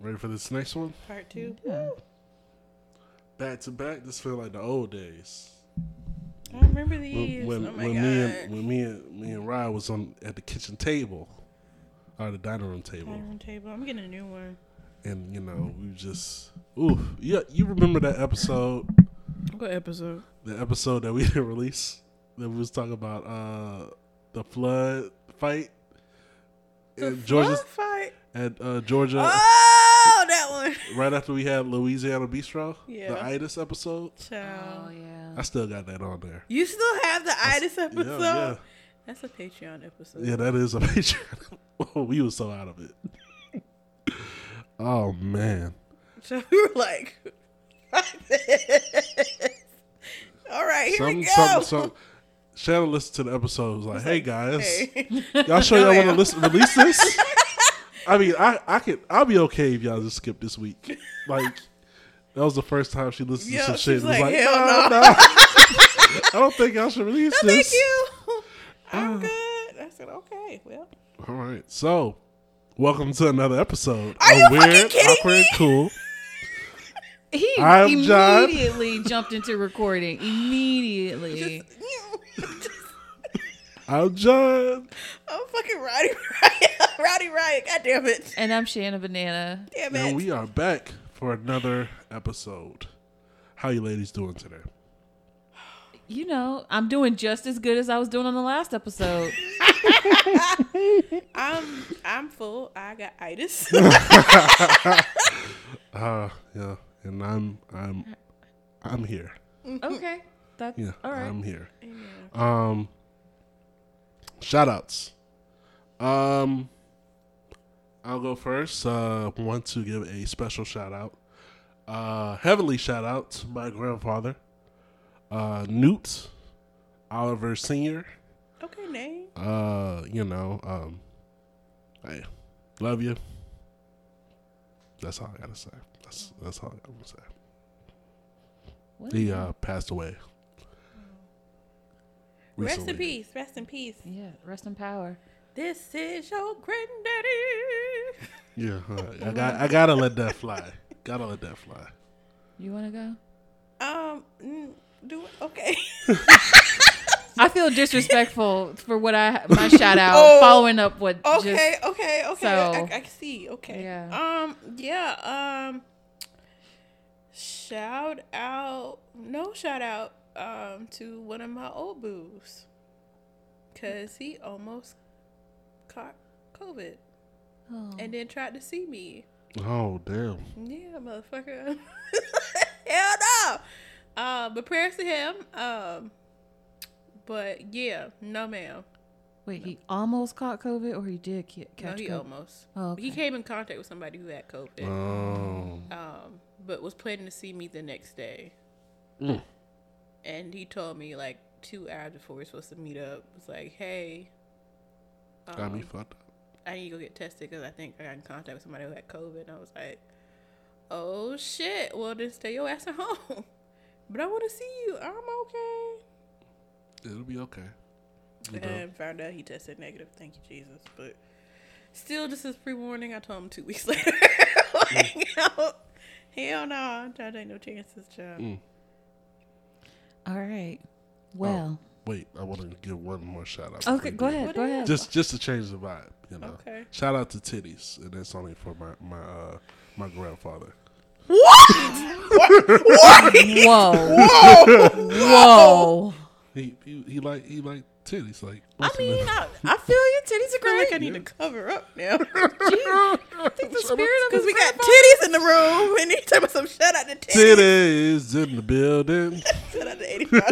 ready for this next one? Part two. Yeah. Back to back. This feel like the old days. I remember When these. when, oh my when god. me and when me and me and Ryan was on at the kitchen table, or the dining room table, Dining room table. I'm getting a new one. and you know we just ooh yeah you remember that episode What episode? the episode that we didn't release that we was talking about uh the flood fight The in Georgia flood fight. at uh, Georgia Oh, that one. right after we had Louisiana Bistro the Yeah. itis episode Child. Oh yeah. I still got that on there You still have the itis episode? yeah That's a Patreon episode. yeah yeah that is a picture we was so out of it oh man So we were like, all right, here we some some go. some Shannon listened to the episode was like hey guys. Hey. Y'all sure y'all want Hell to listen, yeah. release this? I mean, I I could I'll be okay if y'all just skip this week. Like that was the first time she listened Yeah, to some she's shit. and was like, like, "Hell "Nah, no." nah. I don't think y'all should release Thank this. you. I'm Uh. good. I said, okay, well. All right, so welcome to another episode. Are of you fucking kidding awkward, me? cool. He I'm John. immediately jumped into recording. Immediately. Just- I'm John. I'm fucking Roddy Riot. Roddy Riot. God damn it. and I'm Shanna Banana. Damn it. And we are back for another episode. How you ladies doing today? You know, I'm doing just as good as I was doing on the last episode. I'm I'm full. I got itis. Uh yeah, and I'm I'm I'm here. okay. That's Yeah, all right. I'm here. Um, shout outs. Um, I'll go first. Uh, want to give a special shout out, uh, heavenly shout out to my grandfather, uh, Newt Oliver Sr. okay, Nate. Uh, you know, um, hey, love you. That's all I gotta say. That's that's all I gotta say. What? He uh, passed away. Rest in recently. peace. Rest in peace. Yeah, rest in power. This is your granddaddy. Yeah, all right. I got I gotta let that fly. Gotta let that fly. You want to go? Um, mm, do okay. I feel disrespectful for what I my shout out Oh, following up what Okay, okay, okay. I, so- I, I see. Okay. Yeah. Um. Yeah. Um. Shout out. No shout out. Um. To one of my old boos. Cause he almost caught COVID just oh, and then tried to see me. Oh damn. Yeah, motherfucker. Hell no. Uh, but prayers to him. Um. But yeah, no, ma'am. wait, he almost caught COVID or he did ca- No, catch he COVID. almost. Oh, He okay. came in contact with somebody who had COVID. Oh. um, but was planning to see me the next day. Mm. And he told me like two hours before we are supposed to meet up, was like, "Hey, Got me um, fucked up. I need to go get tested because I think I got in contact with somebody who had COVID." And I was like, "Oh shit! Well, then stay your ass at home." but I want to see you. I'm okay. It'll be okay. You know. And found out he tested negative. Thank you, Jesus. But still, just as pre warning, I told him two weeks later. like, no, hell no, I'm trying to take no chances, child. Mm. All right. Oh. Well, Wait, I wanna give one more shout out. okay, before go you do. ahead. Go What ahead. Just just to change the vibe, you know. Okay. Shout out to titties, and that's only for my my uh my grandfather. whoa. whoa. He he, he like he like titties like I mean, I, I I feel your titties are feel like I great. need to cover up now I think the spirit of because his we got titties in the room, and he's talking about some shout out to titties. titties in the building. Shout out to 85.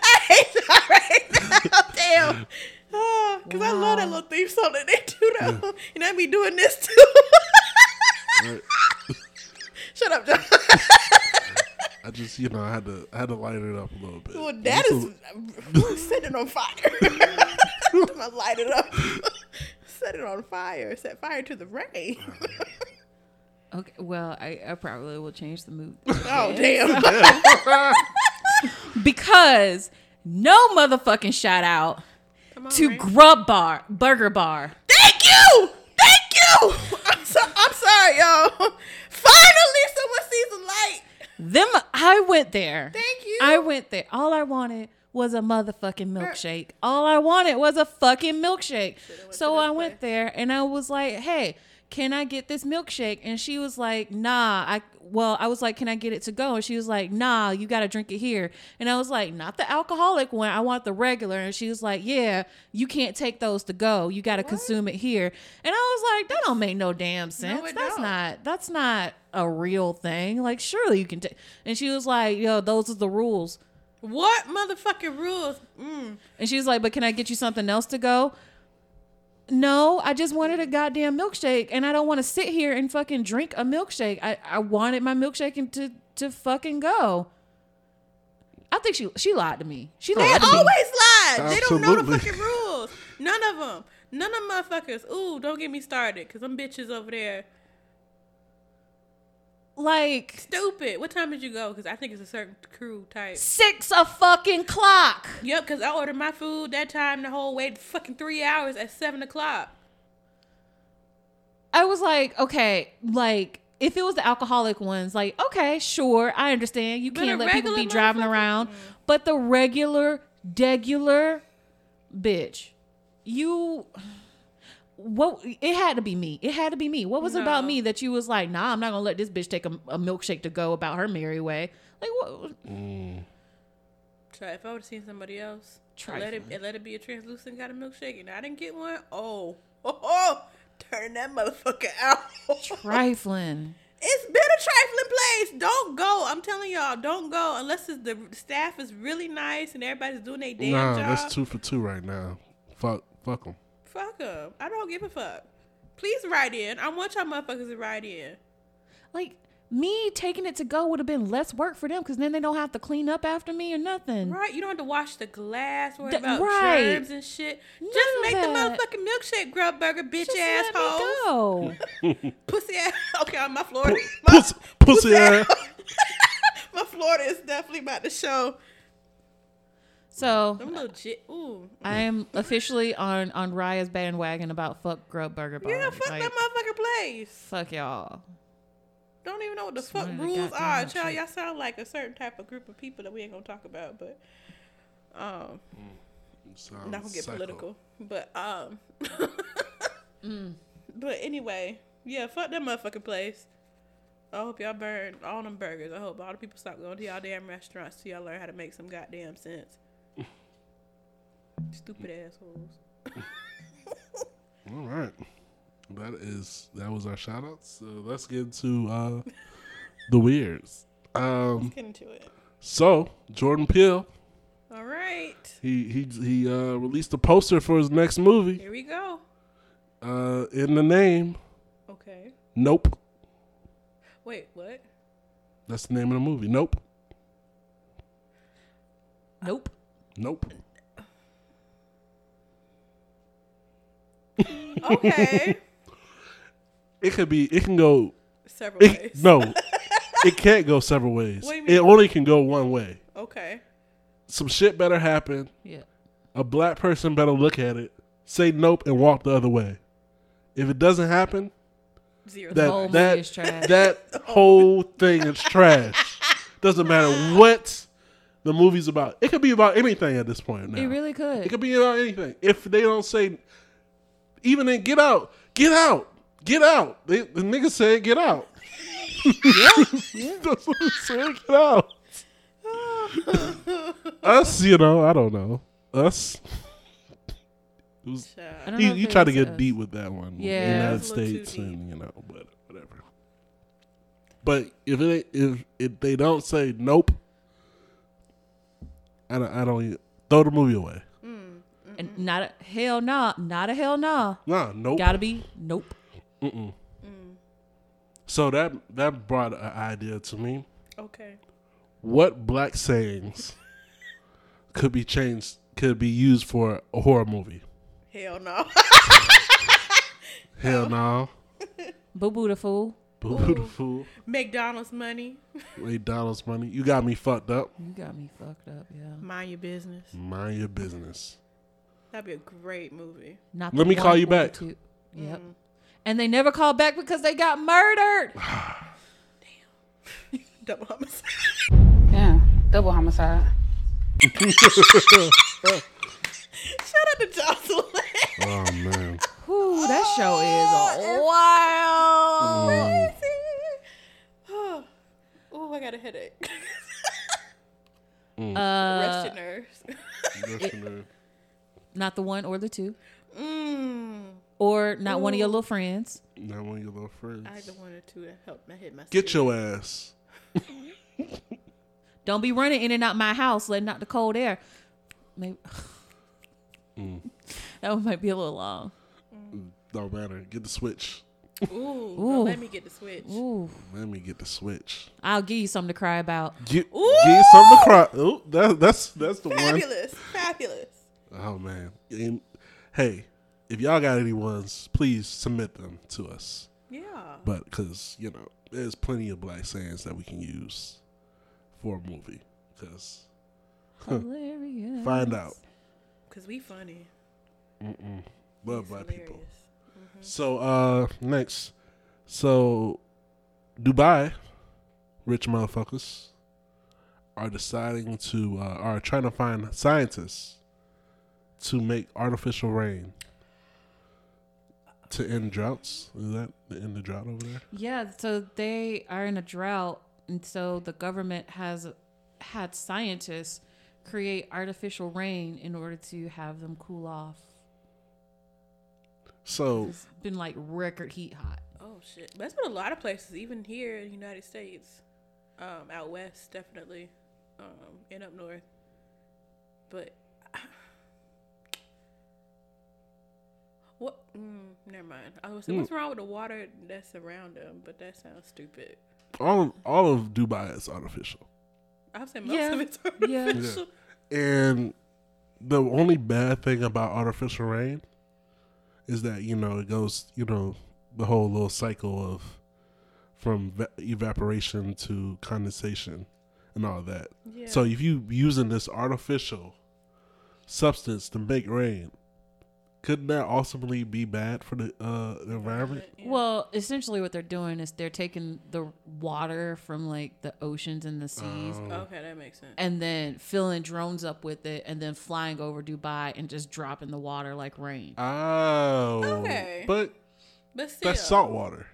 I hate that right now. Damn. Because I love that Wow. little theme song that they do, though. And I be doing this, too. Right. Shut up, John. I just you know I had to I had to light it up a little bit. Well, that is ooh, set it on fire. I'm gonna light it up. set it on fire. Set fire to the rain. Okay, well, I, I probably will change the mood oh damn! because no motherfucking shout out Come on, to rain. Grub Bar Burger Bar. Thank you, thank you. so, I'm sorry, y'all. Finally, someone sees the light. Them, I went there. Thank you. I went there. All I wanted was a motherfucking milkshake. All I wanted was a fucking milkshake. So I went there and I was like, hey, can I get this milkshake? And she was like, nah. I well, I was like, can I get it to go? And she was like, nah, you gotta drink it here. And I was like, not the alcoholic one. I want the regular. And she was like, yeah, you can't take those to go. You gotta consume it here. And I was like, that don't make no damn sense. it That's don't. not not- that's not a real thing. Like, surely you can take. And she was like, yo, those are the rules. what motherfucking rules? Mm. And she was like, but can I get you something else to go? No, I just wanted a goddamn milkshake, and I don't want to sit here and fucking drink a milkshake. I, I wanted my milkshake and to to fucking go. I think she she lied to me. She They lied to always me. lie. They don't know the Absolutely. fucking rules. None of them. None of motherfuckers. Ooh, don't get me started, cause them bitches over there Like stupid. What time did you go? Cause I think it's a certain crew type. six a fucking clock. Yep, cause I ordered my food that time. The whole wait fucking three hours at seven o'clock. I was like, okay, like if it was the alcoholic ones, like okay, sure, I understand. You a can't let people be regular driving motherfucker- Mm. around, but the regular, degular, bitch, you. What it had to be me. It had to be me. What was it about No. me that you was like, nah, I'm not gonna let this bitch take a, a milkshake to go about her merry way. Like what? So if I would have seen somebody else, Try let it fun. and let it be a translucent kind of milkshake, and I didn't get one. Oh, oh, oh turn that motherfucker out. Trifling. It's been a trifling place. Don't go. I'm telling y'all, don't go unless it's the staff is really nice and everybody's doing their damn nah, job. that's two for two right now. Fuck, fuck them. Fuck them. I don't give a fuck. Please write in. I want y'all motherfuckers to write in. Like me taking it to go would have been less work for them because then they don't have to clean up after me or nothing. Right? You don't have to wash the glass, worry D- about right. germs and shit. Just None of make that. the motherfucking milkshake grub burger, bitch Just let me asshole. go. Pussy ass. Okay, I'm my Florida. My, Pussy, pussy ass. my Florida is definitely about to show. So I'm legit. Ooh. I am officially on on Raya's bandwagon about fuck Grub Burger Bar. Yeah, fuck Like, that motherfucking place. fuck y'all. Don't even know what the Just fuck wanted a rules goddamn are. milkshake. Child, y'all sound like a certain type of group of people that we ain't gonna talk about, but um Sounds not gonna get psycho. political. But um But anyway, yeah, fuck that motherfucking place. I hope y'all burn all them burgers. I hope all the people stop going to y'all damn restaurants till y'all learn how to make some goddamn sense. Stupid assholes. All right. That is that was our shout outs. So let's get into uh the weirds. Um Get into it. so Jordan Peele, All right. he he he uh released a poster for his next movie. Here we go. Uh in the name. Okay. Nope. Wait, what? That's the name of the movie. Nope. Nope. Nope. Okay. It could be it can go Several it, ways. no. it can't go several ways. What do you mean? It only can go one way. Okay. Some shit better happen. Yeah. A black person better look at it, say nope, and walk the other way. If it doesn't happen, Zero. that whole movie that is trash. that whole thing is trash. Doesn't matter what the movie's about. It could be about anything at this point. Now. It really It could. could be about anything. If they don't say, even in Get Out, Get Out, Get Out. They, the nigga said Get Out. That's what he said. Get out. Us, you know, I don't know. Us. It was I Child. don't you, know if you it try to was get us. deep with that one. Yeah. Yeah, United It's a little too States and you know, but whatever. But if it if if they don't say nope, I don't I don't even, throw the movie away. And not a hell nah. Not a hell nah. Nah, nope. Gotta be nope. So that that brought an idea to me. Okay. What black sayings could be changed? Could be used for a horror movie? Hell no. Hell no. Boo boo the fool. Boo boo the fool. McDonald's money. McDonald's money. You got me fucked up. You got me fucked up. Yeah. Mind your business. Mind your business. That'd be a great movie. Not Let the me one call you or the back. two. Yep. and they never called back because they got murdered. Double homicide. Yeah, double homicide. Shout out to Jocelyn. Oh man. Whew, that show is a wild. Mm. oh, Ooh, I got a headache. Uh, Mm. Rest your nerves. Listener. not the one or the two, mm, or not one of your little friends. Now one of your little friends. I don't want to help my hit my Get your ass. Don't be running in and out my house, letting out the cold air. Maybe Mm. that one might be a little long. Don't matter. Get the switch. Ooh, Ooh. Don't let me get the switch. Ooh, Let me get the switch. I'll give you something to cry about. Get, get something to cry. Oh, that, that's that's the one. Fabulous, fabulous. Oh man. And, hey, if y'all got any ones, please submit them to us. Yeah. But because you know, there's plenty of black sands that we can use for a movie. Because Hilarious. find out, Because we funny. love black Hilarious. people. So uh, next, so Dubai, rich motherfuckers, are deciding to uh, are trying to find scientists to make artificial rain to end droughts. Is that the end of drought over there? Yeah, so they are in a drought, and so the government has had scientists create artificial rain in order to have them cool off. So It's been like record heat hot. Oh shit. That's what a lot of places, even here in the United States, um, out west definitely, um, and up north. But what? Mm, never mind. I was saying, Hmm. what's wrong with the water that's around them? But that sounds stupid. all of, all of Dubai is artificial, I've said most Yeah. of it's Yeah. artificial. and the only bad thing about artificial rain is that you know it goes you know the whole little cycle of from va- evaporation to condensation and all that. Yeah. So if you using this artificial substance to make rain, couldn't that ultimately be bad for the uh, the environment? Yeah. Well, essentially, what they're doing is they're taking the water from like the oceans and the seas. Oh, Okay, that makes sense. And then filling drones up with it, and then flying over Dubai and just dropping the water like rain. Oh, Uh, Okay. but But still, that's salt water.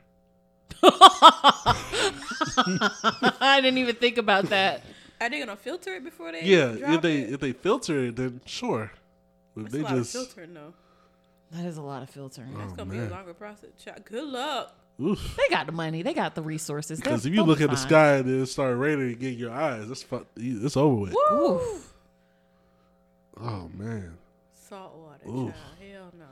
I didn't even think about that. are they gonna filter it before they? Yeah, if drop they it? if they filter it, then sure. But That's they a lot of just Oh, filtering though. That is a lot of filtering. That's gonna be a longer process. Child, Good luck. oof. They got the money. They got the resources. Because They're- if you they'll look be at the fine. sky and then it start raining and get in your eyes, that's fuck. It's over with. Oof. Oh man. Salt water, Oof. child. Hell no.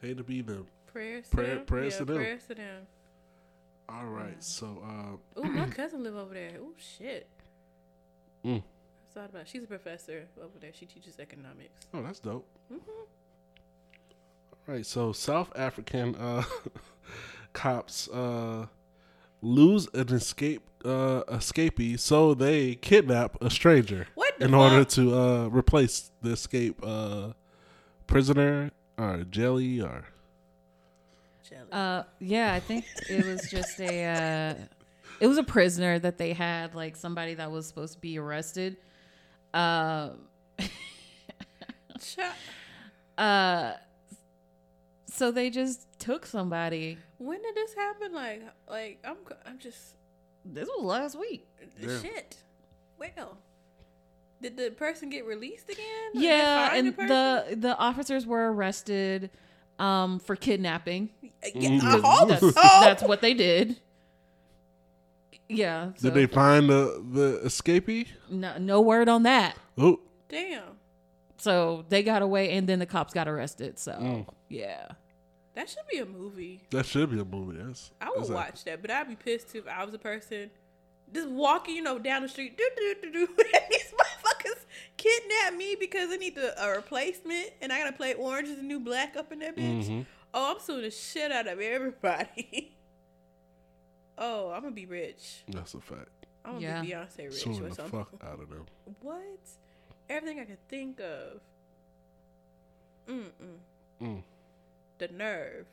Hate to be them. Prayers Prayer- to them. prayers yeah, to them. Prayers to them. All right. So uh, Ooh, my cousin live over there. Ooh, shit. Mm. I thought about. She's a professor over there. She teaches economics. oh, that's dope. Mm-hmm. All right. So South African uh, cops uh, lose an escape uh, escapee, so they kidnap a stranger What the in order fuck? to uh, replace the escape uh, prisoner or jelly or. Jelly. Uh, yeah, I think it was just a. Uh, it was a prisoner that they had, like somebody that was supposed to be arrested. Uh, Child. uh, so they just took somebody. When did this happen? Like, like I'm, I'm just This was last week. Yeah. shit. Well, did the person get released again? Like, they Yeah, find and person? the the officers were arrested um, for kidnapping. Yeah, I Mhm. hope That's so. that's what they did. Yeah. so- Did they find the the escapee? No, no word on that. Oh, Damn, So they got away, and then the cops got arrested. So Oh. yeah, that should be a movie. that should be a movie. Yes, I would That's a- watch that, but I'd be pissed too if I was a person just walking, you know, down the street. Do do do do. and These motherfuckers kidnap me because they need the, a replacement, and I gotta play Orange Is the New Black up in that bitch. Mm-hmm. Oh, I'm suing the shit out of everybody. oh, I'm gonna be rich. That's a fact. I'm gonna Yeah. be Beyonce rich Suing or the something. fuck out of them. What? Everything I could think of. Mm mm. The nerve.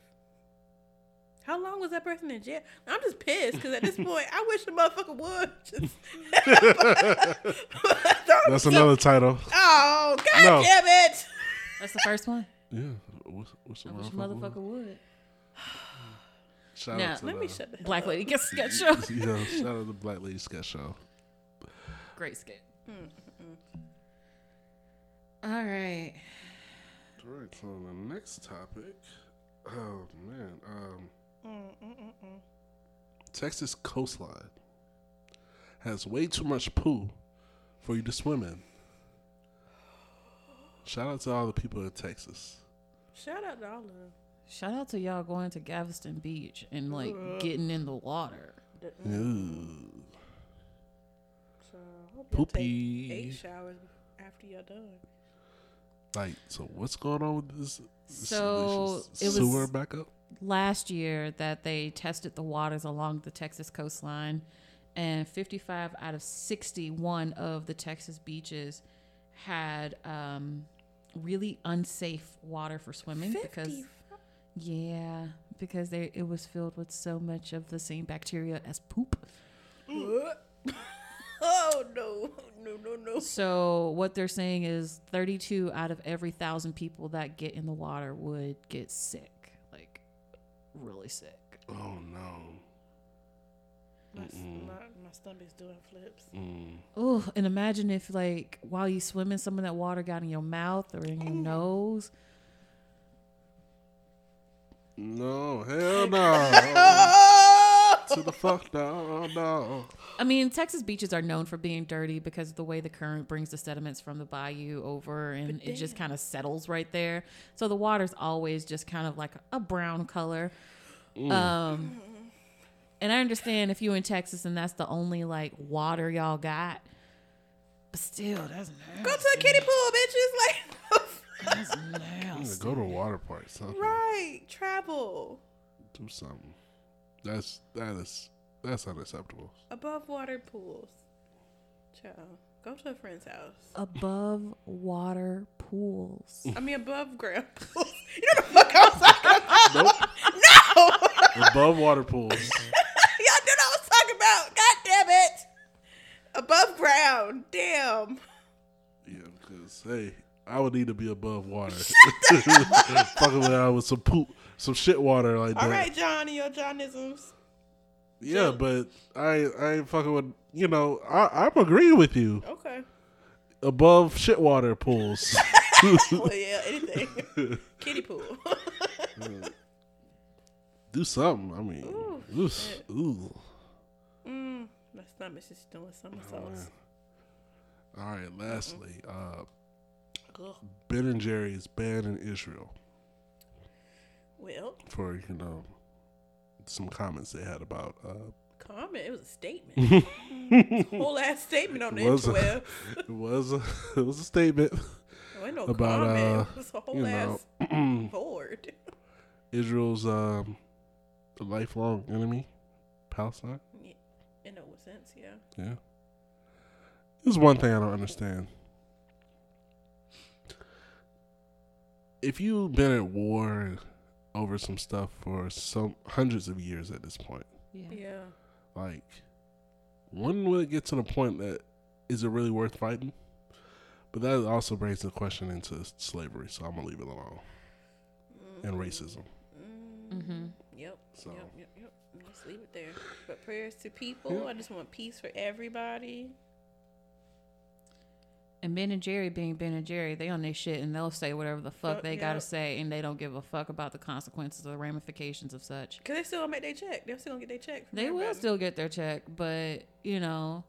How long was that person in jail? I'm just pissed because at this point, I wish the motherfucker would just. That's another title. Oh, god No. damn it! That's the first one. Yeah. What's, what's the I wish motherfucker? motherfucker would. Shout Now, out to Let me the- shut the hell Black Lady Gets Sketch Show. Yeah, shout out to Black Lady Sketch Show. Great sketch. Mm-hmm. All right. All right, so the next topic. Oh man, um, Texas coastline has way too much poo for you to swim in. Shout out to all the people in Texas. Shout out to all of them. Shout out to y'all going to Galveston Beach and like getting in the water. Ooh. So I hope y'all take Poopy. eight showers after y'all done. Like, so what's going on with this? this- So, this it was- sewer backup. Last year, that they tested the waters along the Texas coastline, and 55 out of 61 of the Texas beaches had um, really unsafe water for swimming because yeah, because they it was filled with so much of the same bacteria as poop. Oh no, no, no, no. So what they're saying is 32 out of every thousand people that get in the water would get sick, like really sick. Oh no. My, s- my, my stomach's doing flips. Mm. Oh, and imagine if like while you swimming, some of that water got in your mouth or in your nose. No, hell no. Oh! to the fuck no, no. I mean, Texas beaches are known for being dirty because of the way the current brings the sediments from the bayou over and it just kind of settles right there. So the water's always just kind of like a brown color. Um, and I understand if you in Texas and that's the only like water y'all got, but still, that's Go to a kiddie pool, bitches. Like, Yeah, go to a water park. Something. right? Travel Do something. That's that is that's unacceptable. above water pools. Child, go to a friend's house. above water pools. I mean, above ground pools. You know the fuck I was talking about? Nope. No, y'all know what Above water pools. I was talking about. God damn it! Above ground. Damn. Yeah, because hey, I would need to be above water. Fucking around with some poop, some shit water like that. All right, John and your Johnisms. Yeah, but I I ain't fucking with you know I I'm agreeing with you. Okay. Above shit water pools. Well, yeah, anything. Kiddie pool. Do something. I mean, ooh, ooh. mm, my stomach's just doing Oh, somersaults. All right. Lastly, uh, Ugh. Ben and Jerry's banned in Israel. Well, for you know some comments they had about uh comment. It was a statement. Whole ass statement on the Was a- interweb. it was a, it was a statement There ain't no about comment. uh it was a whole you ass know board. Israel's um lifelong enemy Palestine Yeah, In a sense, yeah. yeah there's one thing I don't understand if you've been at war over some stuff for some hundreds of years at this point Yeah. Like, when will it get to the point that is it really worth fighting? But that also brings the question into slavery, so I'm gonna leave it alone. And racism. Mm-hmm. Yep. So- Yep. Yep. Yep. Let's leave it there. But prayers to people. I just want peace for everybody. And Ben and Jerry being Ben and Jerry, they on their shit and they'll say whatever the fuck Fuck, they yeah. gotta say and they don't give a fuck about the consequences or the ramifications of such. Cause they still gonna make their check. They're still gonna get their check. from They will everybody. still get their check, but you know,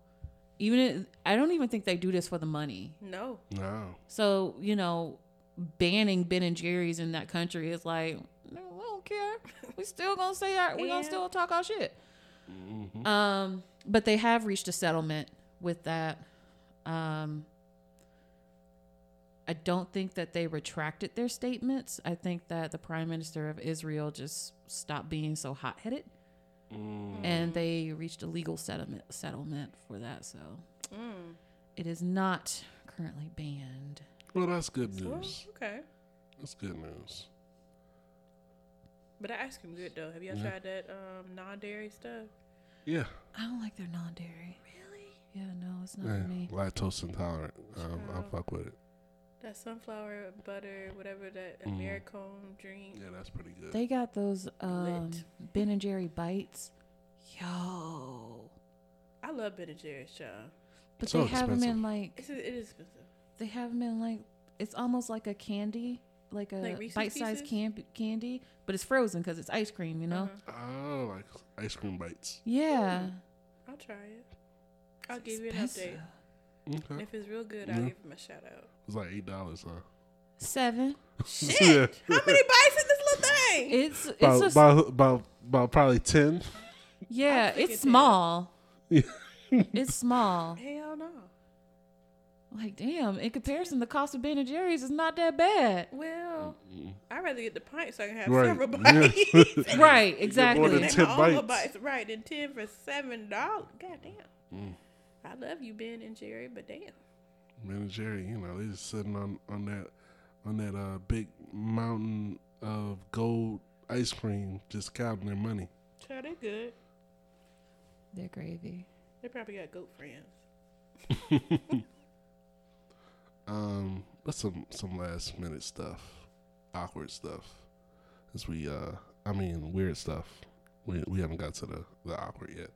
even if, I don't even think they do this for the money. No. No. So, you know, banning Ben and Jerry's in that country is like, no, we don't care. We still gonna say our, we Yeah. gonna still talk our shit. Um, but they have reached a settlement with that. Um, I don't think that they retracted their statements. I think that the prime minister of Israel just stopped being so hot headed, Mm. and they reached a legal settlement settlement for that. So Mm. it is not currently banned. Well, that's good Well, news. okay. That's good news. But the ice cream good though. Have y'all tried that um, non-dairy stuff? Yeah. I don't like their non-dairy. Really? Yeah, no, it's not yeah. for me. Lactose intolerant. Um, I'll Child. fuck with it. That sunflower butter, whatever that Mm. Americone drink. Yeah, that's pretty good. They got those um, Lit. Ben and Jerry bites. Yo, I love Ben and Jerry's, y'all. but So they have them expensive. in like It's it is expensive. they have them in like it's almost like a candy, like a Like Reese's bite-sized Pieces? can- candy, but it's frozen because it's ice cream. You know? Uh-huh. oh, like ice cream bites. Yeah. I'll try it. I'll It's give you expensive. an Okay. update. It If it's real good, I'll Yeah. give him a shout out. was like eight dollars, huh? Seven. Shit! How many bites in this little thing? It's it's About, a s- about, about, about probably ten. yeah. thinking It's ten. small. Yeah. it's small. Hell no. Like damn. In comparison, the cost of Ben and Jerry's is not that bad. Well, I'd rather get the pint so I can have Mm-hmm. Right, several yeah. bites. Right. get more Exactly. than Than 10 all the bites. bites, right? And ten for seven dollars. God damn. Mm. I love you, Ben and Jerry, but damn. Man and Jerry, you know, they just sitting on on that on that uh, big mountain of gold ice cream, just counting their money. Child, they good. They're gravy. They probably got goat friends. Um, but some some last minute stuff, awkward stuff. As we, uh, I mean, weird stuff. We we haven't got to the the awkward yet.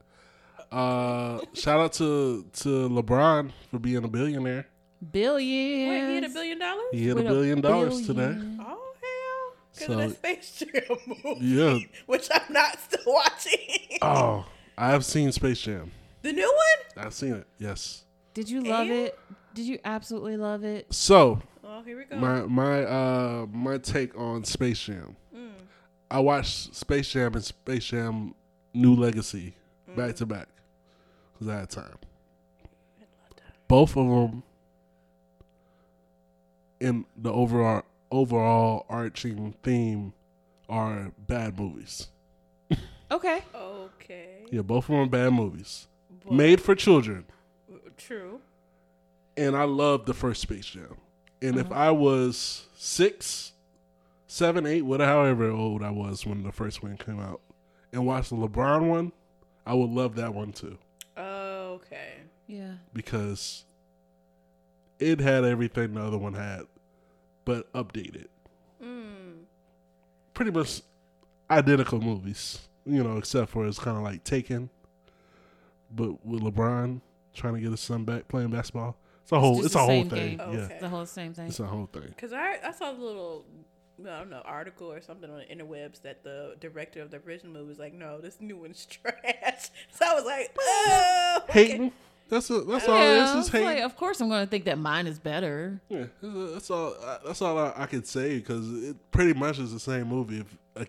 Uh, shout out to to LeBron for being a billionaire. Billions. Wait, he had a billion dollars? He hit With a billion dollars today. billion. Oh hell! Because So- of that Space Jam movie, Yeah. which I'm not still watching. Oh, I have seen Space Jam. the new one? I've seen it. Yes. Did you love Yeah. it? Did you absolutely love it? So Oh, here we go. my my uh my take on Space Jam. Mm, I watched Space Jam and Space Jam New Legacy back to back because I had time. Both of them in the overall overall arching theme are bad movies. Okay. okay. Yeah, both of them are bad movies but- made for children. True. and I love the first Space Jam. And if I was six, seven, eight, whatever, however old I was when the first one came out, and watched the LeBron one, I would love that one too Okay. Yeah. because it had everything the other one had, but updated. Mm. Pretty much identical movies, you know, except for it's kind of like Taken, but with LeBron trying to get his son back playing basketball. It's a whole, just it's, the a whole same thing. game. Yeah, Okay. The whole same thing. it's a whole thing. Because I I saw a little. I don't know article or something on the interwebs that the director of the original movie was like, "No, this new one's trash." So I was like, "Oh, okay. hating. That's a, that's all yeah, it oh, is. it's Is hating. like, of course I'm going to think that mine is better. yeah, that's- that's all. I- That's all I, I could say because it pretty much is the same movie. If a,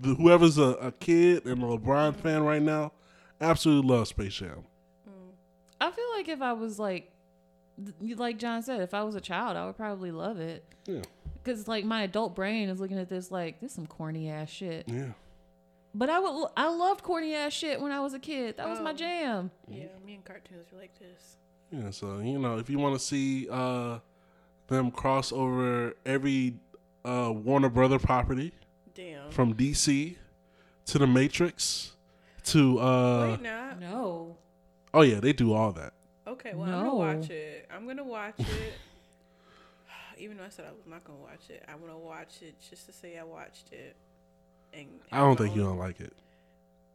the, whoever's a, a kid and a LeBron fan right now, absolutely love Space Jam. I feel like if I was like, th- like John said, if I was a child, I would probably love it. Yeah, Because like my adult brain is looking at this like, this is some corny ass shit. yeah. But I would, l- I loved corny ass shit when I was a kid. That was my Oh. jam. Yeah, me and cartoons were like this. Yeah, so you know, if you want to see uh, them cross over every uh, Warner Brother property Damn. from DC to the Matrix to uh, Wait, now. No. oh yeah, they do all that. Okay, well, I'm gonna watch No. it. I'm gonna watch it. Even though I said I was not gonna watch it, I'm gonna watch it just to say I watched it. And I don't think own- you don't like it.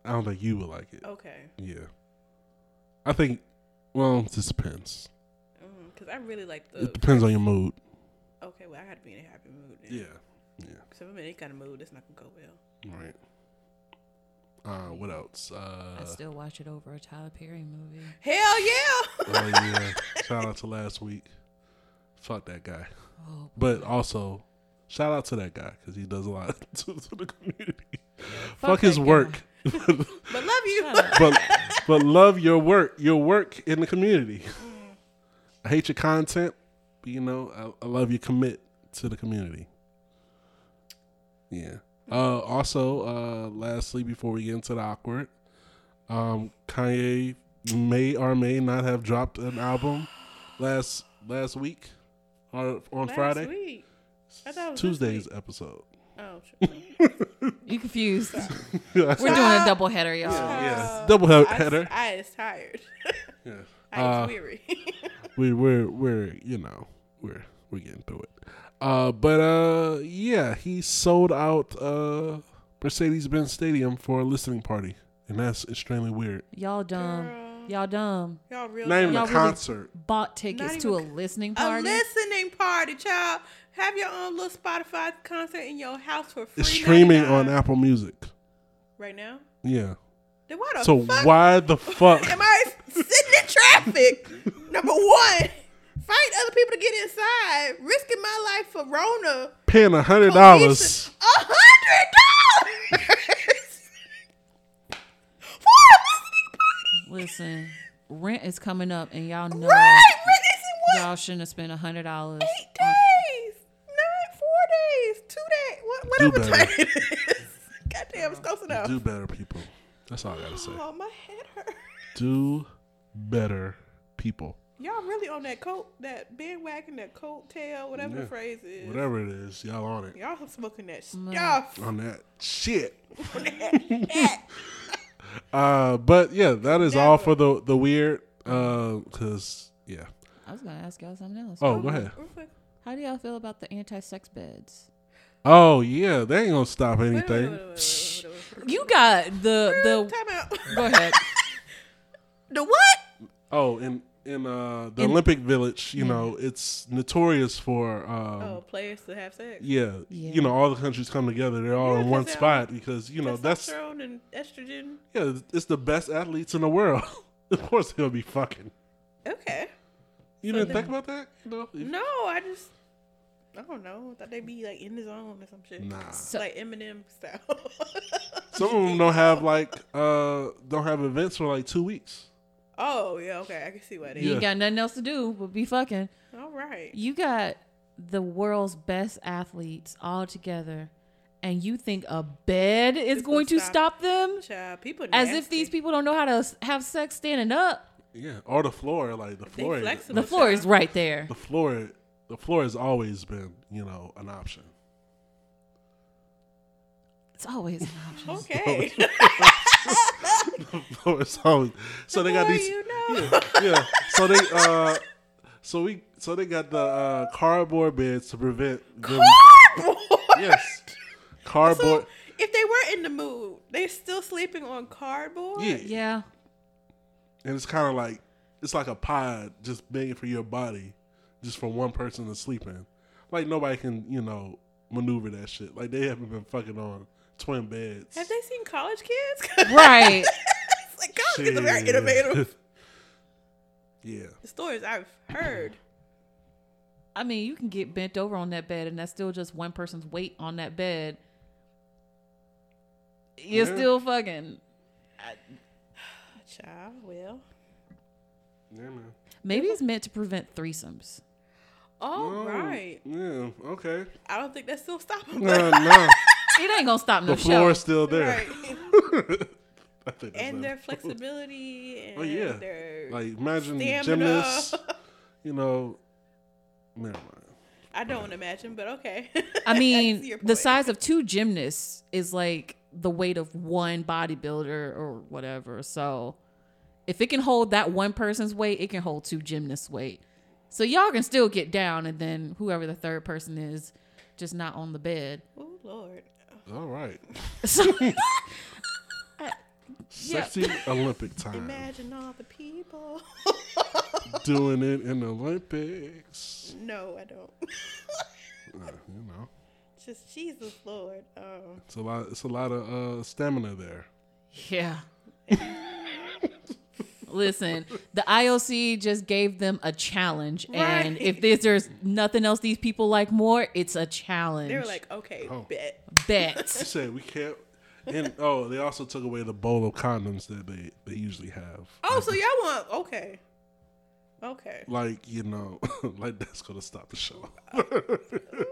I don't think you would like it. Okay, Yeah. I think, well, it just depends. because Mm-hmm. I really like the. It depends on your mood. Okay, well, I had to be in a happy mood. Yeah. Because if I'm in any kind of mood, it's not gonna go well. Right. Uh, what else? I Uh, still watch it over a Tyler Perry movie. Hell yeah! oh, yeah. Shout out to last week. Fuck that guy. Oh, But also, shout out to that guy because he does a lot to, to the community. Fuck, that his guy. work. but love you. but but love your work, your work in the community. I hate your content, but you know I, I love your commit to the community. Yeah. Uh, also, uh, lastly, before we get into the awkward, um, Kanye may or may not have dropped an album last last week or on Last Friday, week. I thought it was this Tuesday's week. episode. Oh, You confused. yeah, We're doing a double header, y'all. yeah. double he- Oh. I, header. I is tired. Yeah. I was Uh, weary. we we're we're you know we're we're getting through it. Uh, but uh, yeah, he sold out uh Mercedes Benz Stadium for a listening party, and that's extremely weird. Y'all dumb. Girl. Y'all dumb. Y'all real Not even Y'all a really- concert. Bought tickets Not to a even- listening a party. listening party, child. Have your own little Spotify concert in your house for free. It's streaming 99. on Apple Music. right now. Yeah. Then why the So fuck why the fuck? am I sitting in traffic? Number one, fight other people to get inside, risking my life for Rona. paying a hundred Police- dollars. A hundred dollars for a listening party. Listen, rent is coming up, and y'all know Right, right. It's in what? y'all shouldn't have spent a hundred dollars. Um, Eight days, not four days, two days, what, whatever time better. it is. Goddamn, it's close enough. Do better, people. That's all I gotta say. Oh, my head hurt. Do better, people. Y'all really on that coat, that bandwagon, that coattail, whatever the Yeah. phrase is. Whatever it is, y'all on it. Y'all smoking that stuff. On that shit. That- Uh, but yeah, that is all for the the weird. Uh, cause yeah. I was gonna ask y'all something else. Oh, go ahead. How do y'all feel about the anti-sex beds? Oh yeah, they ain't gonna stop anything. You got the Time out. the. Go ahead. The what? Oh, in in uh the In- Olympic Village, you know, it's notorious for um, Oh, players to have sex. yeah, Yeah. you know, all the countries come together. They're all Yeah, in one 'cause they're all spot because you know that's Testosterone and estrogen. yeah, it's the best athletes in the world. of course, they'll be fucking. Okay. You didn't think about that? No. No, I just. I don't know. Thought they'd be like in the zone or some shit. Nah. It's like Eminem style. Some of them don't have like uh don't have events for like two weeks. oh yeah, okay. I can see why they. You Yeah. ain't got nothing else to do but be fucking. All right. You got the world's best athletes all together, and you think a bed is It's going gonna to stop- stop them? Child, people. As nasty. if these people don't know how to s- have sex standing up. Yeah, or the floor, like the They floor. flexible. The floor is right there. The floor, the floor has always been, you know, an option. It's always an option. Okay. The floor is always. So they got Or these. you know. yeah. So they uh, so we so they got the uh, cardboard beds to prevent them. Yes, So cardboard. if they were in the mood, they're still sleeping on cardboard. yeah. Yeah. and it's kind of like it's like a pod just begging for your body, just for one person to sleep in. Like nobody can you know maneuver that shit. Like they haven't been fucking on twin beds. Have they seen college kids? Right. it's like college kids are very innovative. yeah. The stories I've heard. I mean, you can get bent over on that bed, and that's still just one person's weight on that bed. You're Yeah. still fucking. Child, well. Yeah, man. Maybe it's meant to prevent threesomes. All Oh, right. Um, Yeah. Okay. I don't think that's still stopping. No, them. no. It ain't gonna stop no The floor show. is still there. right. I think that's and it. their flexibility and Oh yeah. their Like imagine stamina. gymnasts. You know. Never mind. I don't imagine, but okay. I see mean, your the point. size of two gymnasts is like the weight of one bodybuilder or whatever. So, if it can hold that one person's weight, it can hold two gymnasts' weight. So y'all can still get down, and then whoever the third person is, just not on the bed. Oh Lord. All right. So, Sexy Olympic time. Imagine all the people. Doing it in the Olympics. no, I don't. Uh, you know. Just Jesus Lord. Um, It's a lot. It's a lot of uh, stamina there. yeah. Listen, the IOC just gave them a challenge, and Right. if there's, there's nothing else these people like more, it's a challenge. they were like, okay, Oh. bet. You bet. said we can't. And oh, they also took away the bowl of condoms that they they usually have. Oh, so y'all want okay, okay. Like you know, like that's gonna stop the show.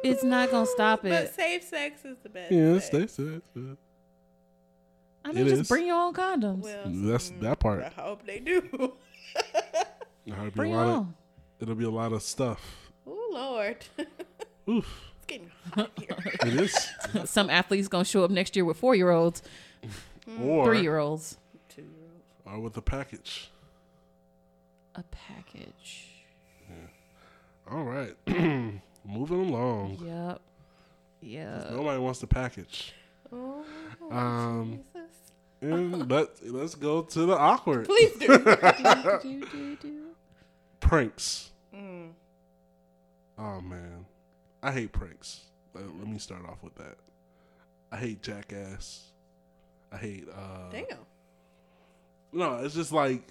it's not gonna stop it. But safe sex is the best. yes, sex. they said. that. I mean, It just is. bring your own condoms. Well, That's mm, that part. I hope they do. It'll be a bring your lot of, own. it'll be a lot of stuff. oh Lord, Oof. fucking hot here. It is. Some athletes gonna show up next year with four year olds, or, three year olds. or with a package. A package. All right. Moving along. Yep. Yeah. Nobody wants the package. Oh, Um, and let, let's go to the awkward. Please do. pranks. Mm, Oh man, I hate pranks. Let, let me start off with that. I hate jackass. I hate. Uh, Damn. no, it's just like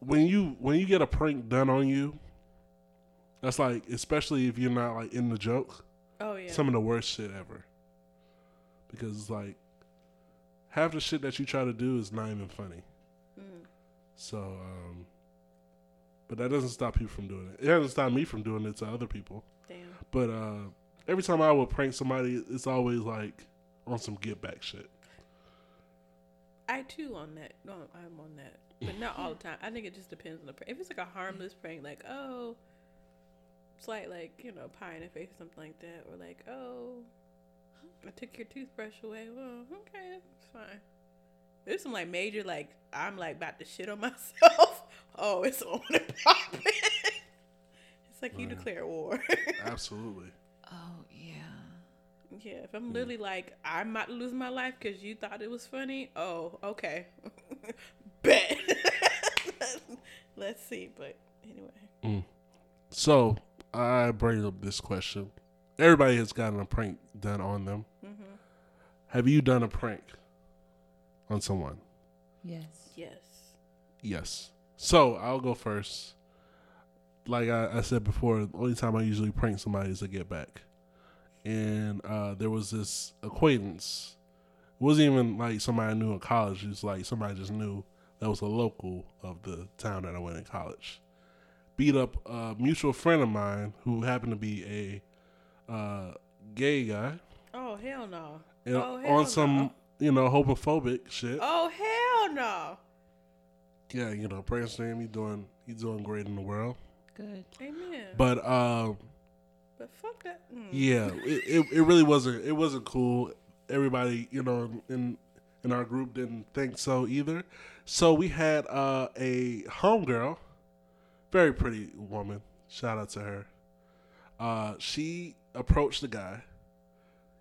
when you when you get a prank done on you. That's like, especially if you're not like in the joke. Oh yeah. Some of the worst shit ever. Because it's like half the shit that you try to do is not even funny. Mm, So, um, but that doesn't stop you from doing it. It doesn't stop me from doing it to other people. Damn. But uh, every time I would prank somebody, it's always like on some get back shit. I too on that. No, I'm on that, but not all the time. I think it just depends on the prank. If it's like a harmless prank, like oh, slight like you know pie in the face or something like that, or like oh, I took your toothbrush away. Well, okay, it's fine. There's some like major like I'm like about to shit on myself. oh, it's on the pop. it's like you declare war. Absolutely. Oh yeah. yeah, if I'm literally like I might lose my life because you thought it was funny. Oh, okay, bet. Let's see, but anyway. So I bring up this question. Everybody has gotten a prank done on them. Have you done a prank on someone? Yes. Yes. Yes. So I'll go first. Like I, I said before, the only time I usually prank somebody is to get back. And uh, there was this acquaintance. It wasn't even like somebody I knew in college. It was like somebody I just knew that was a local of the town that I went in college. Beat up a mutual friend of mine who happened to be a uh, gay guy. Oh hell no. And oh hell on some, No. you know, homophobic shit. Oh hell no. Yeah, you know, praise to him. He doing, he's doing great in the world. Good. Amen. But, But uh, fuck that. Mm. yeah, it, it, it really wasn't it wasn't cool. Everybody, you know, in in our group didn't think so either. So we had uh, a homegirl, very pretty woman. Shout out to her. Uh, she approached the guy,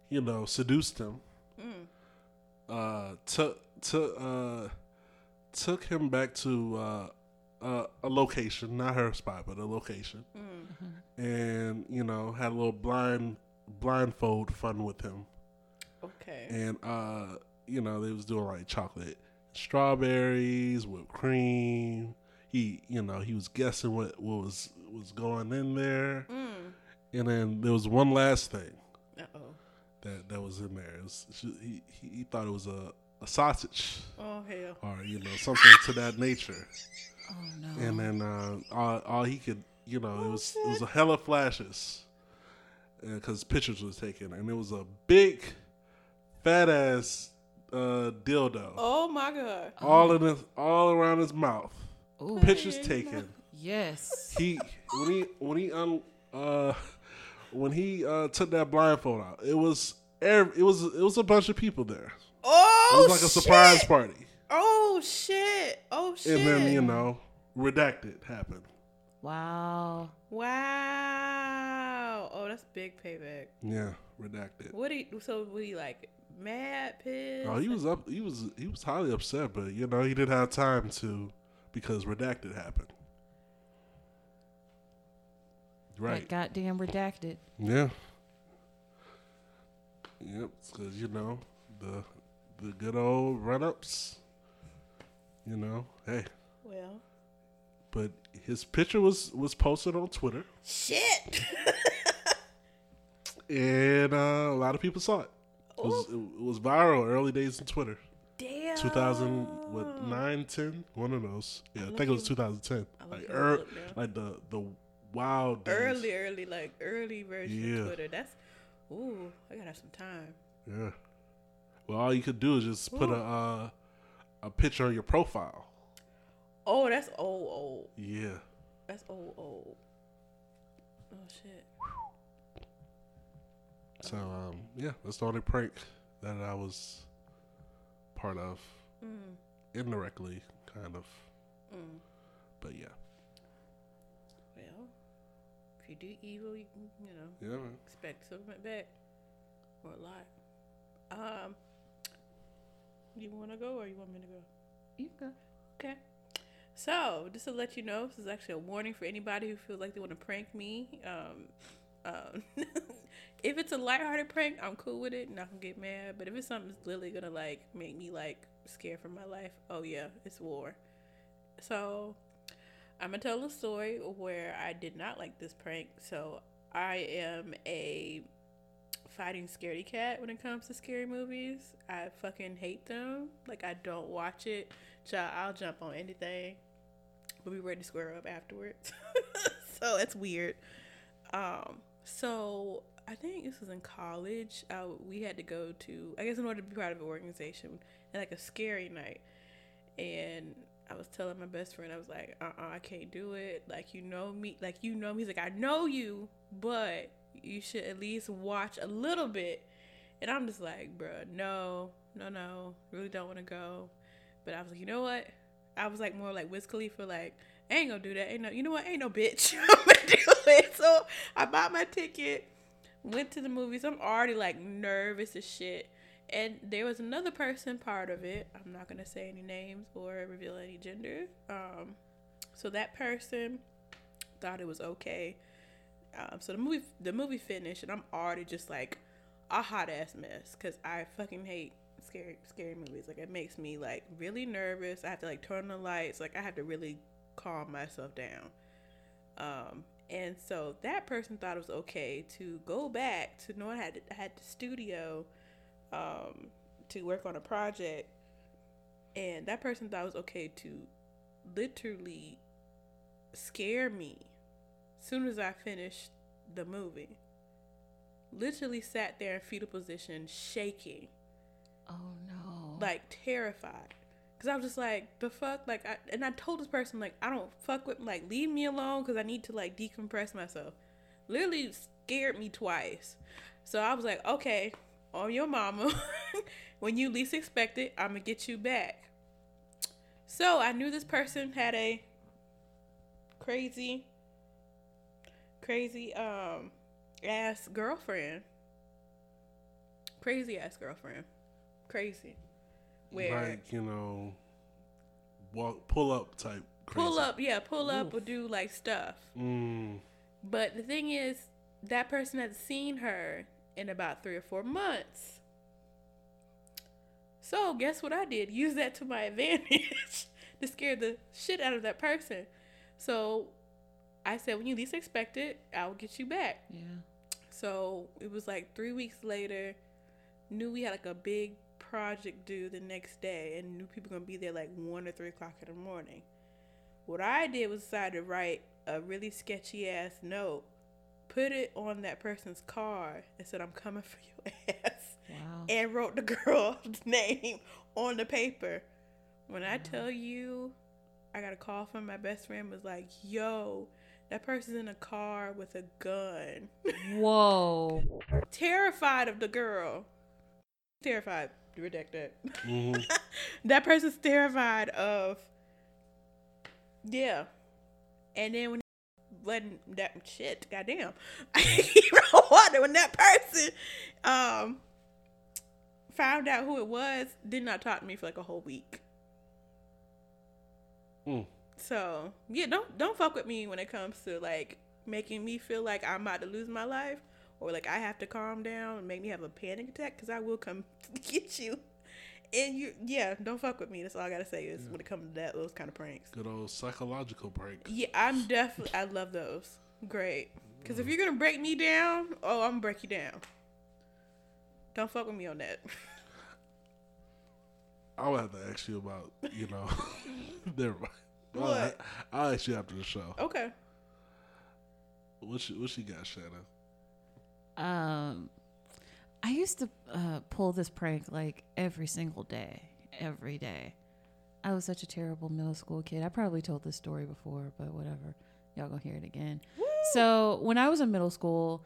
you know, seduced him. Mm, Uh, took took uh, took him back to uh, a, a location, not her spot, but a location mm. and you know had a little blind blindfold fun with him Okay. and uh you know they was doing like chocolate strawberries whipped cream he you know he was guessing what, what was was going in there Mm. and then there was one last thing Uh oh. that that was in there it was, she, he, he he thought it was a, a sausage Oh hell. or you know something to that nature Oh no. and then uh, all, all he could, you know, it was it was a hella flashes, because pictures was taken, and it was a big, fat ass uh, dildo, Oh my god. all in his, all around his mouth. Ooh. Pictures taken. Yes. He when he when he un, uh, when he uh, took that blindfold out, it was ev- it was it was a bunch of people there. It Oh was like a surprise shit. party, Oh shit. Oh shit. and then you know, redacted happened. Wow. Wow. Oh, that's big payback. Yeah, redacted. What he so what he like mad pissed? Oh, he was up. He was he was highly upset, but you know he didn't have time to because redacted happened. Right. That goddamn redacted. yeah. Yep. Because you know the the good old run ups. You know, hey, well. but his picture was was posted on Twitter, Shit. and uh, a lot of people saw it. It was, it was viral early days in Twitter. Damn. 2000 Oh. what 9 10 one of those yeah i, think it was 2010 like you er, looked up. like the the wild days. Early, early, like early version Yeah. of Twitter. That's ooh, I gotta have some time. yeah well all you could do is just put a uh, a picture on your profile Oh, that's old, old. yeah That's old, old. Oh shit. So um, yeah, that's the only prank that I was part of, Mm, indirectly, kind of. But yeah, Well, if you do evil, you, can, you know, yeah, man. expect something back or a lot. Um, you want to go or you want me to go? You go. Okay. So, just to let you know, this is actually a warning for anybody who feels like they want to prank me. Um, um, if it's a lighthearted prank, I'm cool with it, not gonna get mad. But if it's something that's literally gonna like make me like scared for my life, oh yeah, it's war. So, I'm gonna tell a story where I did not like this prank. So, I am a fighting scaredy cat when it comes to scary movies. I fucking hate them. Like I don't watch it. Child, I'll jump on anything, but be ready to square up afterwards. so it's weird. Um, so I think this was in college. Uh, we had to go to, I guess, in order to be part of an organization, and like a scary night. And I was telling my best friend, I was like, uh uh I can't do it. Like, you know me. Like, you know me. He's like, I know you, but you should at least watch a little bit. And I'm just like, bruh, no, no, no. Really don't want to go. But I was like, you know what? I was like more like Wiz Khalifa, like I ain't gonna do that. Ain't no, you know what? Ain't no bitch. I'm gonna do it. So I bought my ticket, went to the movies. I'm already like nervous as shit. And there was another person part of it. I'm not gonna say any names or reveal any gender. Um, so that person thought it was okay. Um, so the movie the movie finished, and I'm already just like a hot ass mess because I fucking hate scary scary movies. Like it makes me like really nervous. I have to like turn on the lights. Like I have to really calm myself down. Um, and so that person thought it was okay to go back to know I had I had the studio um, to work on a project, and that person thought it was okay to literally scare me soon as I finished the movie. Literally sat there in fetal position, shaking, Oh no. like terrified. Cause I was just like, the fuck, like, I, and I told this person like, I don't fuck with, like, leave me alone, cause I need to like decompress myself. Literally scared me twice. So I was like, okay, on your mama, when you least expect it, I'm gonna get you back. So I knew this person had a crazy, crazy um ass girlfriend. Crazy ass girlfriend. Crazy. Where like you know, walk pull up type. Crazy. pull up, yeah, pull up or do like stuff. Mm, But the thing is, that person had seen her in about three or four months. So guess what I did? Use that to my advantage to scare the shit out of that person. So I said, when you least expect it, I'll get you back. Yeah. So it was like three weeks later. Knew we had like a big project due the next day, and knew people gonna be there like one or three o'clock in the morning. What I did was decide to write a really sketchy ass note, put it on that person's car, and said, "I'm coming for your ass." Wow. and wrote the girl's name on the paper. When I tell you, I got a call from my best friend was like, "Yo, that person's in a car with a gun." Whoa. terrified of the girl. Terrified. Redact that. mhm. That person's terrified of. Yeah. And then when when that shit, goddamn, I keep on wondering when that person um found out who it was, did not talk to me for like a whole week. Mm. So yeah, don't don't fuck with me when it comes to like making me feel like I'm about to lose my life or like I have to calm down and make me have a panic attack because I will come get you. And you, yeah, don't fuck with me. That's all I gotta say is when it comes to that those kind of pranks. Good old psychological prank. Yeah, I'm definitely I love those. Great, because if you're gonna break me down, oh, I'm gonna break you down. Don't fuck with me on that. I'll have to ask you about you know. never mind. I'll- What? I'll ask you after the show. okay. What she, what she got, Shannon? Um, I used to uh, pull this prank like every single day, every day. I was such a terrible middle school kid. I probably told this story before, but whatever. Y'all gonna hear it again. So when I was in middle school,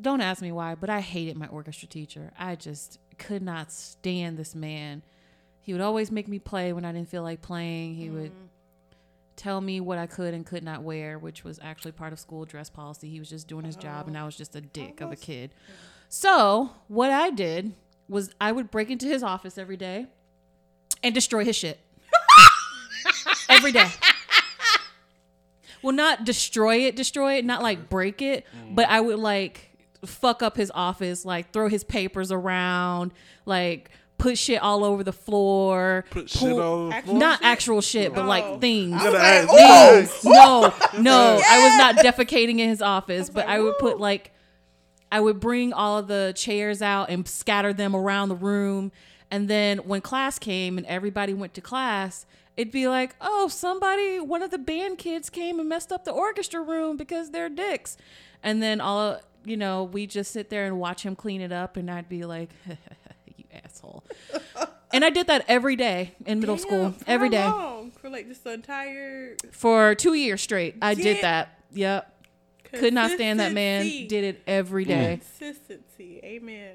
don't ask me why, but I hated my orchestra teacher. I just could not stand this man. He would always make me play when I didn't feel like playing. He would tell me what I could and could not wear, which was actually part of school dress policy. He was just doing his job, and I was just a dick of a kid. So, what I did was I would break into his office every day and destroy his shit. every day. Well, not destroy it, destroy it, not like break it, Mm. but I would like fuck up his office, like throw his papers around, like put shit all over the floor. Put shit pull- on the floor. Not actual shit, but Oh. like things. Gonna like, ask you. No, no, I was not defecating in his office, but I would put like, I would bring all of the chairs out and scatter them around the room. And then when class came and everybody went to class, it'd be like, oh, somebody, one of the band kids came and messed up the orchestra room because they're dicks. And then all, you know, we just sit there and watch him clean it up, and I'd be like, you asshole. and I did that every day in middle school, For every how day long? For like this entire for two years straight. I did Did- that. Yep. Could not stand that man. consistency. Did it every day. consistency. Amen.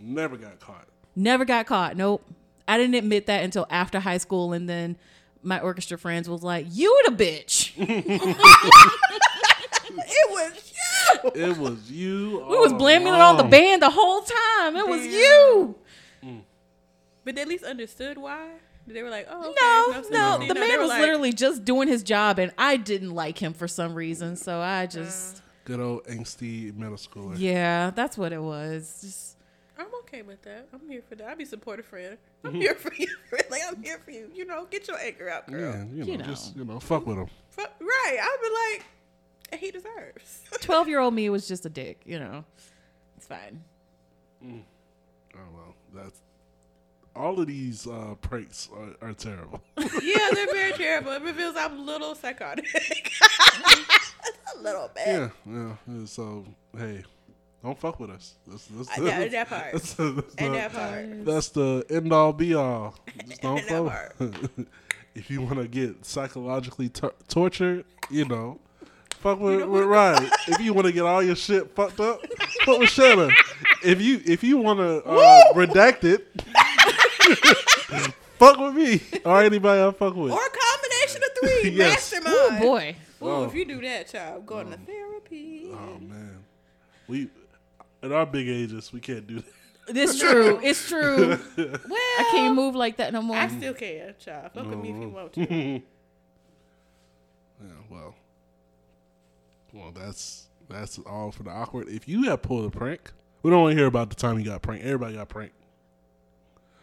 Never got caught. Never got caught. Nope. I didn't admit that until after high school, and then my orchestra friends was like, "You the bitch." we It was you. It was you. We was blaming it on the band the whole time. It was you. But they at least understood why. They were like, oh No, okay, no. sympathy. The they man were was like, literally just doing his job, and I didn't like him for some reason. So Uh. I just, Good old angsty middle schooler. yeah, that's what it was. Just- I'm okay with that. I'm here for that. I'll be supportive friend. I'm here for you. friend. Like I'm here for you. You know, get your anchor out, girl. Yeah, you know, You just you know, fuck with him. Fuck- right. I'll be like, and he deserves. 12 year old me was just a dick, you know. It's fine. Oh well, that's all of these uh, pranks are, are terrible. yeah, they're very terrible. It reveals I'm a little psychotic. a little bit. yeah, yeah. yeah, So hey, don't fuck with us. That's, that's Uh, that- that part. That's, the- that's And the- that part. that's the end all be all. Just don't And that fuck. with- if you want to get psychologically tor- tortured, you know, fuck with, with Ryan. if you want to get all your shit fucked up, fuck with Shanna. If you if you want to uh, redact it, fuck with me or anybody I fuck with. Or a combination of three. Yes. Um, Mastermind. Oh, boy. Ooh, if you do that, child, I'm going to therapy. Oh man, we at our big ages we can't do that. It's true. It's true. Well, I can't move like that no more. I still can, child. Fuck with me if you want to. Yeah, well, well, that's that's all for the awkward. If you have pulled a prank, we don't want to hear about the time you got pranked. Everybody got pranked.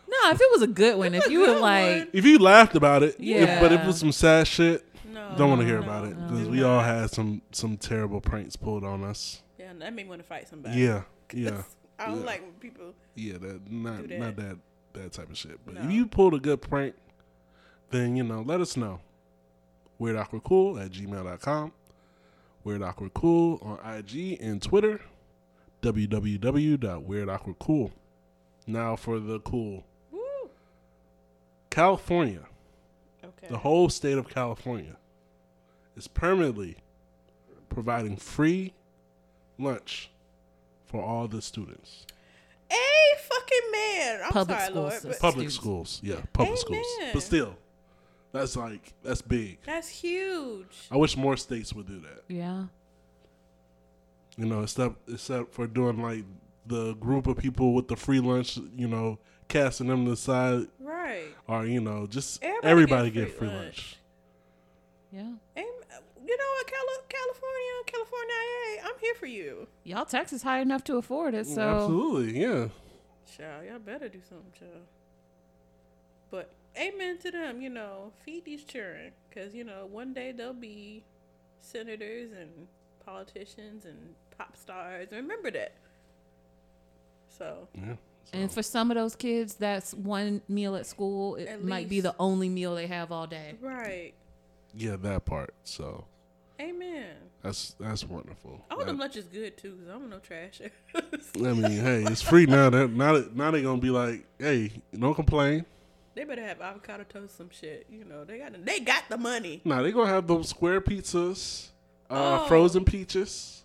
no, if it was a good one, if you were good like, If you laughed about it, yeah. but if it Yeah. was some sad shit, No. don't want to hear no, about it no. because we all had some some terrible pranks pulled on us. Yeah, that made me want to fight somebody. Yeah, yeah, I don't yeah. like when people. yeah. That not that. not that that type of shit. But No. if you pulled a good prank, then you know, let us know. Weird awkward cool at gmail.com. Weird Awkward Cool on IG and Twitter. www.weirdawkwardcool. Now for the cool. Woo. California, Okay. the whole state of California, is permanently providing free lunch for all the students. a fucking man. I'm Public sorry, school Lord. system. But Public schools. Yeah, public schools. Amen. But still, that's like, that's big. that's huge. I wish more states would do that. yeah, You know, except except for doing like the group of people with the free lunch, you know, casting them to the side, Right. or you know, just Everybody everybody, get get, free free lunch. lunch. yeah. Am- You know what, Cali- California, California, hey, I'm here for you. Y'all tax is high enough to afford it, so Absolutely, yeah. Child, y'all better do something, child. But amen to them, you know, feed these children. Because, you know, one day they'll be senators and politicians and pop stars. Remember that. So, Yeah. And for some of those kids, that's one meal at school. It At might be least. the only meal they have all day. right. Yeah, that part. So Amen. that's that's wonderful. All That- them lunch is good, too, because I'm no trash. I mean, hey, it's free now. That now they- now they gonna be like, hey, don't complain. they better have avocado toast, some shit. You know, they got the, they got the money. Now they gonna have those square pizzas, uh, Oh. frozen peaches,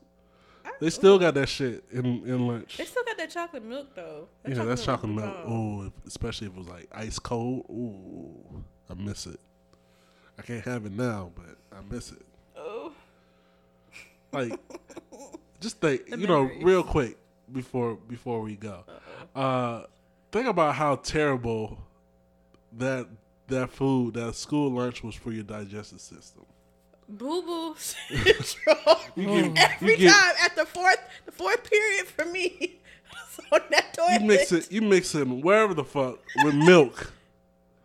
They still got that shit in in lunch. They still got that chocolate milk though. That You know, that's chocolate would be milk. bomb. Ooh, if- especially if it was like ice cold. Ooh, I miss it. I can't have it now, but I miss it. Oh. Like, just think, you memories. know, real quick before before we go. Uh, think about how terrible that that food, that school lunch was for your digestive system. Boo boo syndrome. You get, Every you get, time at the fourth, the fourth period for me, I was on that toilet. you mix it, you mix it wherever the fuck with milk.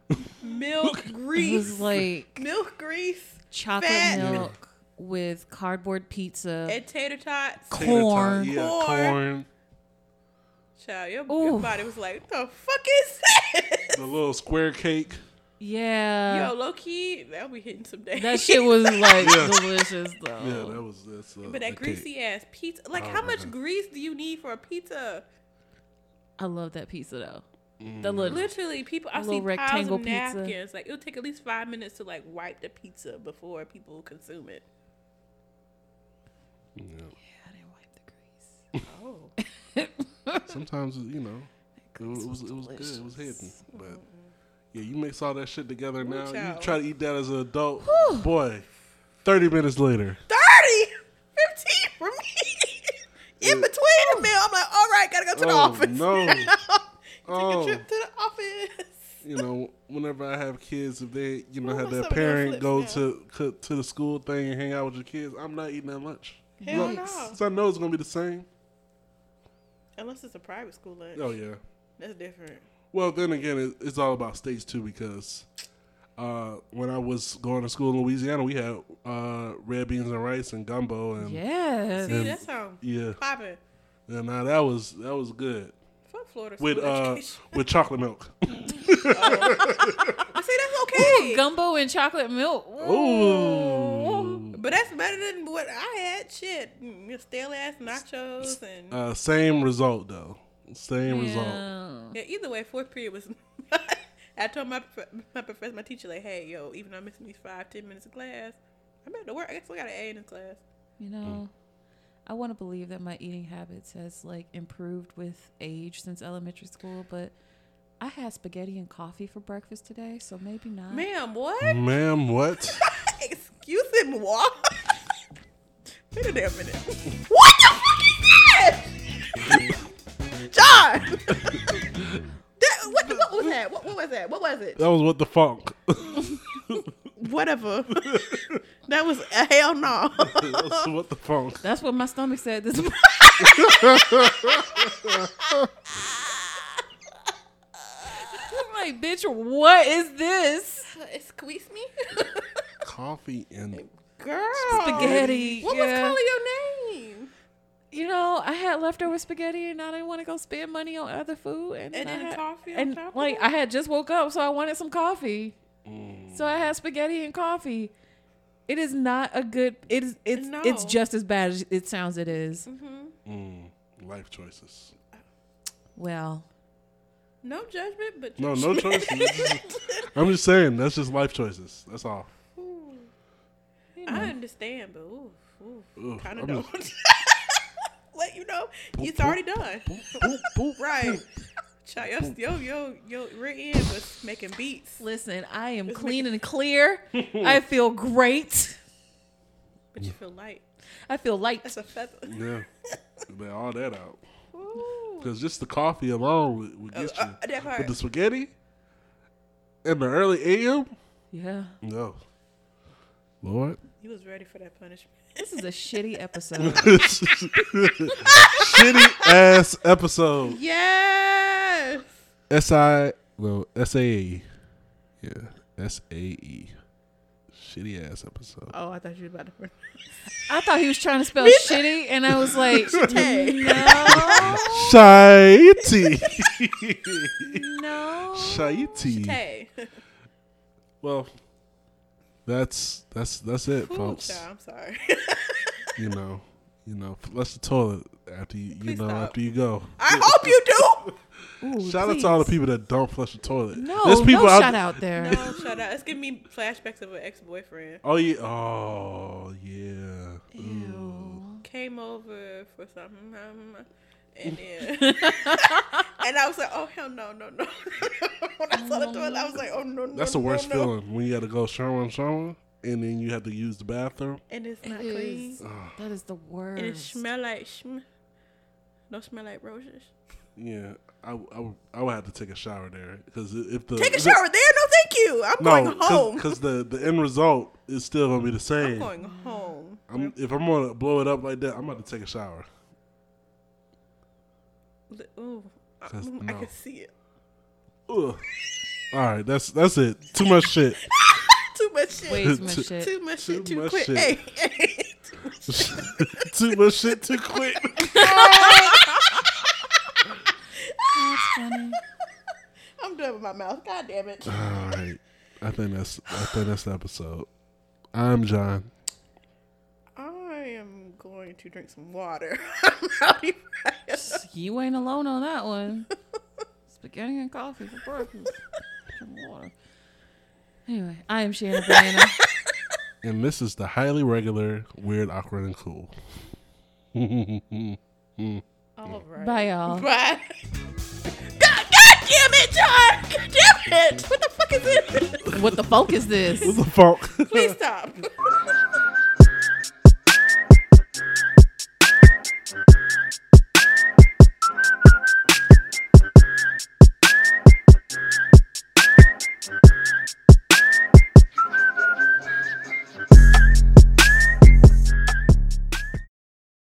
Milk It was grease, like milk grease, chocolate Fat. milk with cardboard pizza. and tater tots. Tater tot, Corn. yeah, Corn. corn. Child, your, Ooh. your body was like, "What the fuck is this?" The little square cake. Yeah. Yo, low key, that'll be hitting some days. that shit was like Yeah. delicious though. Yeah, that was that's. Uh, But a that cake. greasy ass pizza, like, Oh, how much man. grease do you need for a pizza? I love that pizza though. Mm. The little Literally, people I little see piles rectangle of pizza. napkins. Like it'll take at least five minutes to like wipe the pizza before people consume it. I didn't wipe the grease. Oh, Sometimes you know, it was it was, it was good. It was hidden, but yeah, you mix all that shit together now. You child. try to eat that as an adult, boy. Thirty minutes later, 30, 15 for me. In between the meal, I'm like, all right, gotta go to the Oh, office. no. Take Oh. a trip to the office. you know, whenever I have kids, if they you know Oh, have my their stomach parent flips go now. to co- to the school thing and hang out with your kids, I'm not eating that lunch. Hell Look, no. since I know it's gonna be the same. Unless it's a private school lunch. Oh yeah. That's different. Well, then again, it, it's all about states too because uh, when I was going to school in Louisiana, we had uh, red beans and rice and gumbo and yeah, Yes. See, And- that sounds Um, yeah. popping. And now that was that was good Fuck Florida school with uh, education. with chocolate milk. But see, that's okay. Gumbo and chocolate milk. Ooh. Ooh, But that's better than what I had. Shit, Mm, your stale ass nachos and uh, same result though. Same result. Yeah. yeah. Either way, fourth period was. I told my prof- my professor, my teacher, like, hey, yo, even though I'm missing these five ten minutes of class, I'm at to work. I guess I got an A in this class. You know, I want to believe that my eating habits has like improved with age since elementary school, but I had spaghetti and coffee for breakfast today, so maybe not. Ma'am, what? Mm. Ma'am, what? Excuse me, what? Wait a damn minute. What the fuck is that? John! that, what, the, what was that? What, what was that? What was it? that was what the funk. Whatever. that was a hell no. that was what the funk. That's what my stomach said this morning. I'm like, bitch, what is this? Squeeze me? Coffee and Girl. Spaghetti. What yeah. was calling your name? You know, I had leftover spaghetti and I didn't want to go spend money on other food. And, And I then had- coffee on And top of like, it? I had just woke up, so I wanted some coffee. Mm. So I had spaghetti and coffee. It is not a good. It is. It's. It's No. Mm-hmm. just as bad as it sounds. It is. mm, life choices. Well, No judgment, but No, no choices. I'm just saying that's just life choices. That's all. I understand, but ooh, ooh, Ooh, kind I'm of don't. Let you know, it's already done. Boop, boop. Right. Child, yo, yo, yo, yo, rear end was making beats. listen. I am clean and clear. I feel great. But you feel light. I feel light. That's a feather. Yeah, let all that out. Ooh. Because just the coffee alone would, would get you. Uh, that part. But the spaghetti in the early AM? Yeah. No. Lord. He was ready for that punishment. This is a shitty episode. Shitty ass episode. Yes. S I, well, S A E. Yeah, S A E. Shitty ass episode. Oh, I thought you were about to. I thought he was trying to spell shitty, and I was like, Hey. no, Oh. Shitey. no. Shitey. Hey. Well, that's that's that's it, Ooh, folks. child, I'm sorry. You know, you know, flush the toilet after you, you Please know stop. after you go. I hope you do. Ooh, Shout out please. to all the people that don't flush the toilet. No, There's people no out shout th- out there. No, shut up. It's giving me flashbacks of an ex boyfriend. Oh yeah. Oh yeah. Ew. came over for something, um, and then and I was like, oh hell no, no, no. when I saw the toilet, I was like, oh no, no. That's the no, worst no. feeling when you got to go shower and shower, and then you have to use the bathroom. And it's not It clean. is- that is the worst. And it smell like shm. Don't smell like roses. Yeah, I, I, would- I would have to take a shower there because if the Take a shower there. No, thank you. I'm going home. because the the end result is still gonna be the I'm same. going home. I'm, if I'm gonna blow it up like that, I'm about to take a shower. The- Ooh, I, Just mm, I no. can see it. Ugh. All right, that's that's it. Too much shit. Too much shit. Way too Too- much shit. Too much shit. Too Too, much quick. shit. Hey, hey. Too much shit. Too much shit. Too quick. I'm done with my mouth. God damn it. All right, I think that's I think that's the episode. I'm John. I am going to drink some water. I'm out here. You ain't alone on that one. Spaghetti and coffee for breakfast. Some water. Anyway, I am Shannon Banana. And this is the highly regular, weird, awkward, and cool. All right. Bye, y'all. Bye. God, God damn it, John! God damn it! What the fuck is it? What the fuck is this? The funk. Please stop.